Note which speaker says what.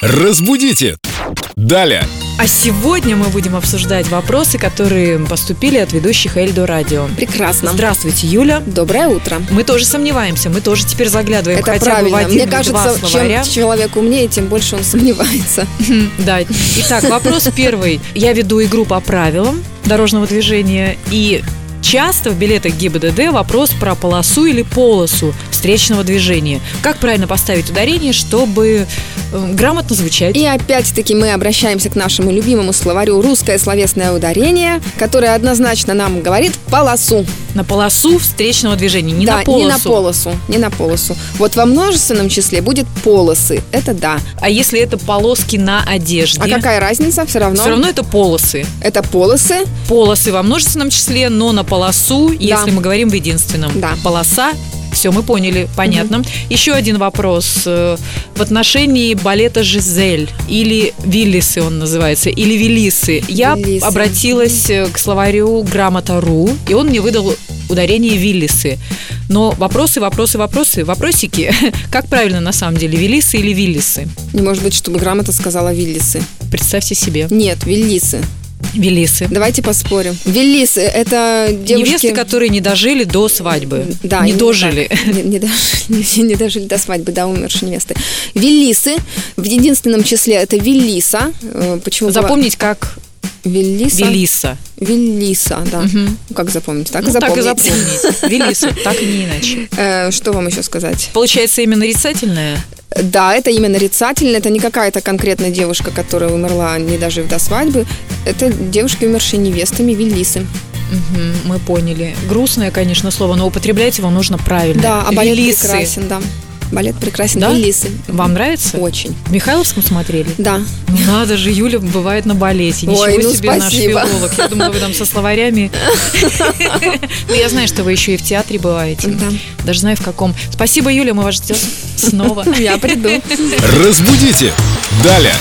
Speaker 1: Разбудите! Далее!
Speaker 2: А сегодня мы будем обсуждать вопросы, которые поступили от ведущих Эльдо Радио.
Speaker 3: Прекрасно.
Speaker 2: Здравствуйте, Юля.
Speaker 3: Доброе утро.
Speaker 2: Мы тоже сомневаемся, мы тоже теперь заглядываем
Speaker 3: Это
Speaker 2: Э, хотя бы
Speaker 3: правильно.
Speaker 2: в один
Speaker 3: Мне
Speaker 2: или
Speaker 3: кажется,
Speaker 2: два словаря.
Speaker 3: чем человек умнее, тем больше он сомневается.
Speaker 2: Да. Итак, вопрос первый. Я веду игру по правилам дорожного движения и Часто в билетах ГИБДД вопрос про полосу или полосу встречного движения. Как правильно поставить ударение, чтобы э, грамотно звучать?
Speaker 3: И опять-таки мы обращаемся к нашему любимому словарю «Русское словесное ударение», которое однозначно нам говорит «полосу».
Speaker 2: На полосу встречного движения, не
Speaker 3: да,
Speaker 2: на полосу.
Speaker 3: не на полосу, не на полосу. Вот во множественном числе будет «полосы». Это да.
Speaker 2: А если это полоски на одежде?
Speaker 3: А какая разница? Все равно,
Speaker 2: Все равно это полосы.
Speaker 3: это «полосы».
Speaker 2: Полосы во множественном числе, но на полосу, если мы говорим в единственном.
Speaker 3: Да.
Speaker 2: Полоса. Все, мы поняли, понятно. Еще один вопрос э, в отношении балета «Жизель» или «Виллисы» он называется, или «Виллисы». Я
Speaker 3: Виллисы.
Speaker 2: обратилась э, к словарю «Грамота.ру», и он мне выдал ударение «Виллисы». Но вопросы, вопросы, вопросы, вопросики. Как правильно на самом деле, «Виллисы» или «Виллисы»?
Speaker 3: Не может быть, чтобы грамота сказала «виллисы».
Speaker 2: Представьте себе.
Speaker 3: Нет, «виллисы».
Speaker 2: «Виллисы».
Speaker 3: Давайте поспорим. «Виллисы» — это девушки...
Speaker 2: Невесты, которые не дожили до свадьбы.
Speaker 3: Да,
Speaker 2: не
Speaker 3: именно
Speaker 2: дожили.
Speaker 3: так. Не, не дожили, не дожили до свадьбы, до умершей невесты. Велисы. В единственном числе это Велиса. Э, Почему была-
Speaker 2: Запомнить как
Speaker 3: Велиса?
Speaker 2: Велиса.
Speaker 3: Велиса, да.
Speaker 2: Мгм.
Speaker 3: Ну, Как запомнить? Так и
Speaker 2: Ну, так и
Speaker 3: запомнить.
Speaker 2: запомнить. Велиса, так и не иначе.
Speaker 3: Э, Что вам еще сказать?
Speaker 2: Получается именно нарицательное?
Speaker 3: Да, это именно нарицательно. Это не какая-то конкретная девушка, которая умерла, не дожив до свадьбы. Это девушки, умершие невестами, Велисы.
Speaker 2: Мгм, мы поняли. Грустное, конечно, слово, но употреблять его нужно правильно.
Speaker 3: Да, а балет
Speaker 2: Велисы.
Speaker 3: прекрасен, да. Балет прекрасен.
Speaker 2: Да?
Speaker 3: Велисы.
Speaker 2: Вам нравится?
Speaker 3: Очень.
Speaker 2: В Михайловском смотрели?
Speaker 3: Да.
Speaker 2: Ну надо же, Юля бывает на балете. Ничего
Speaker 3: Ой, ну
Speaker 2: себе наш
Speaker 3: спасибо.
Speaker 2: филолог. Я думала, вы там со словарями. Ну, я знаю, что вы еще и в театре бываете.
Speaker 3: да.
Speaker 2: Даже знаю, в каком. Спасибо, Юля, мы вас ждем снова.
Speaker 3: Я приду.
Speaker 1: Разбудите! Далее!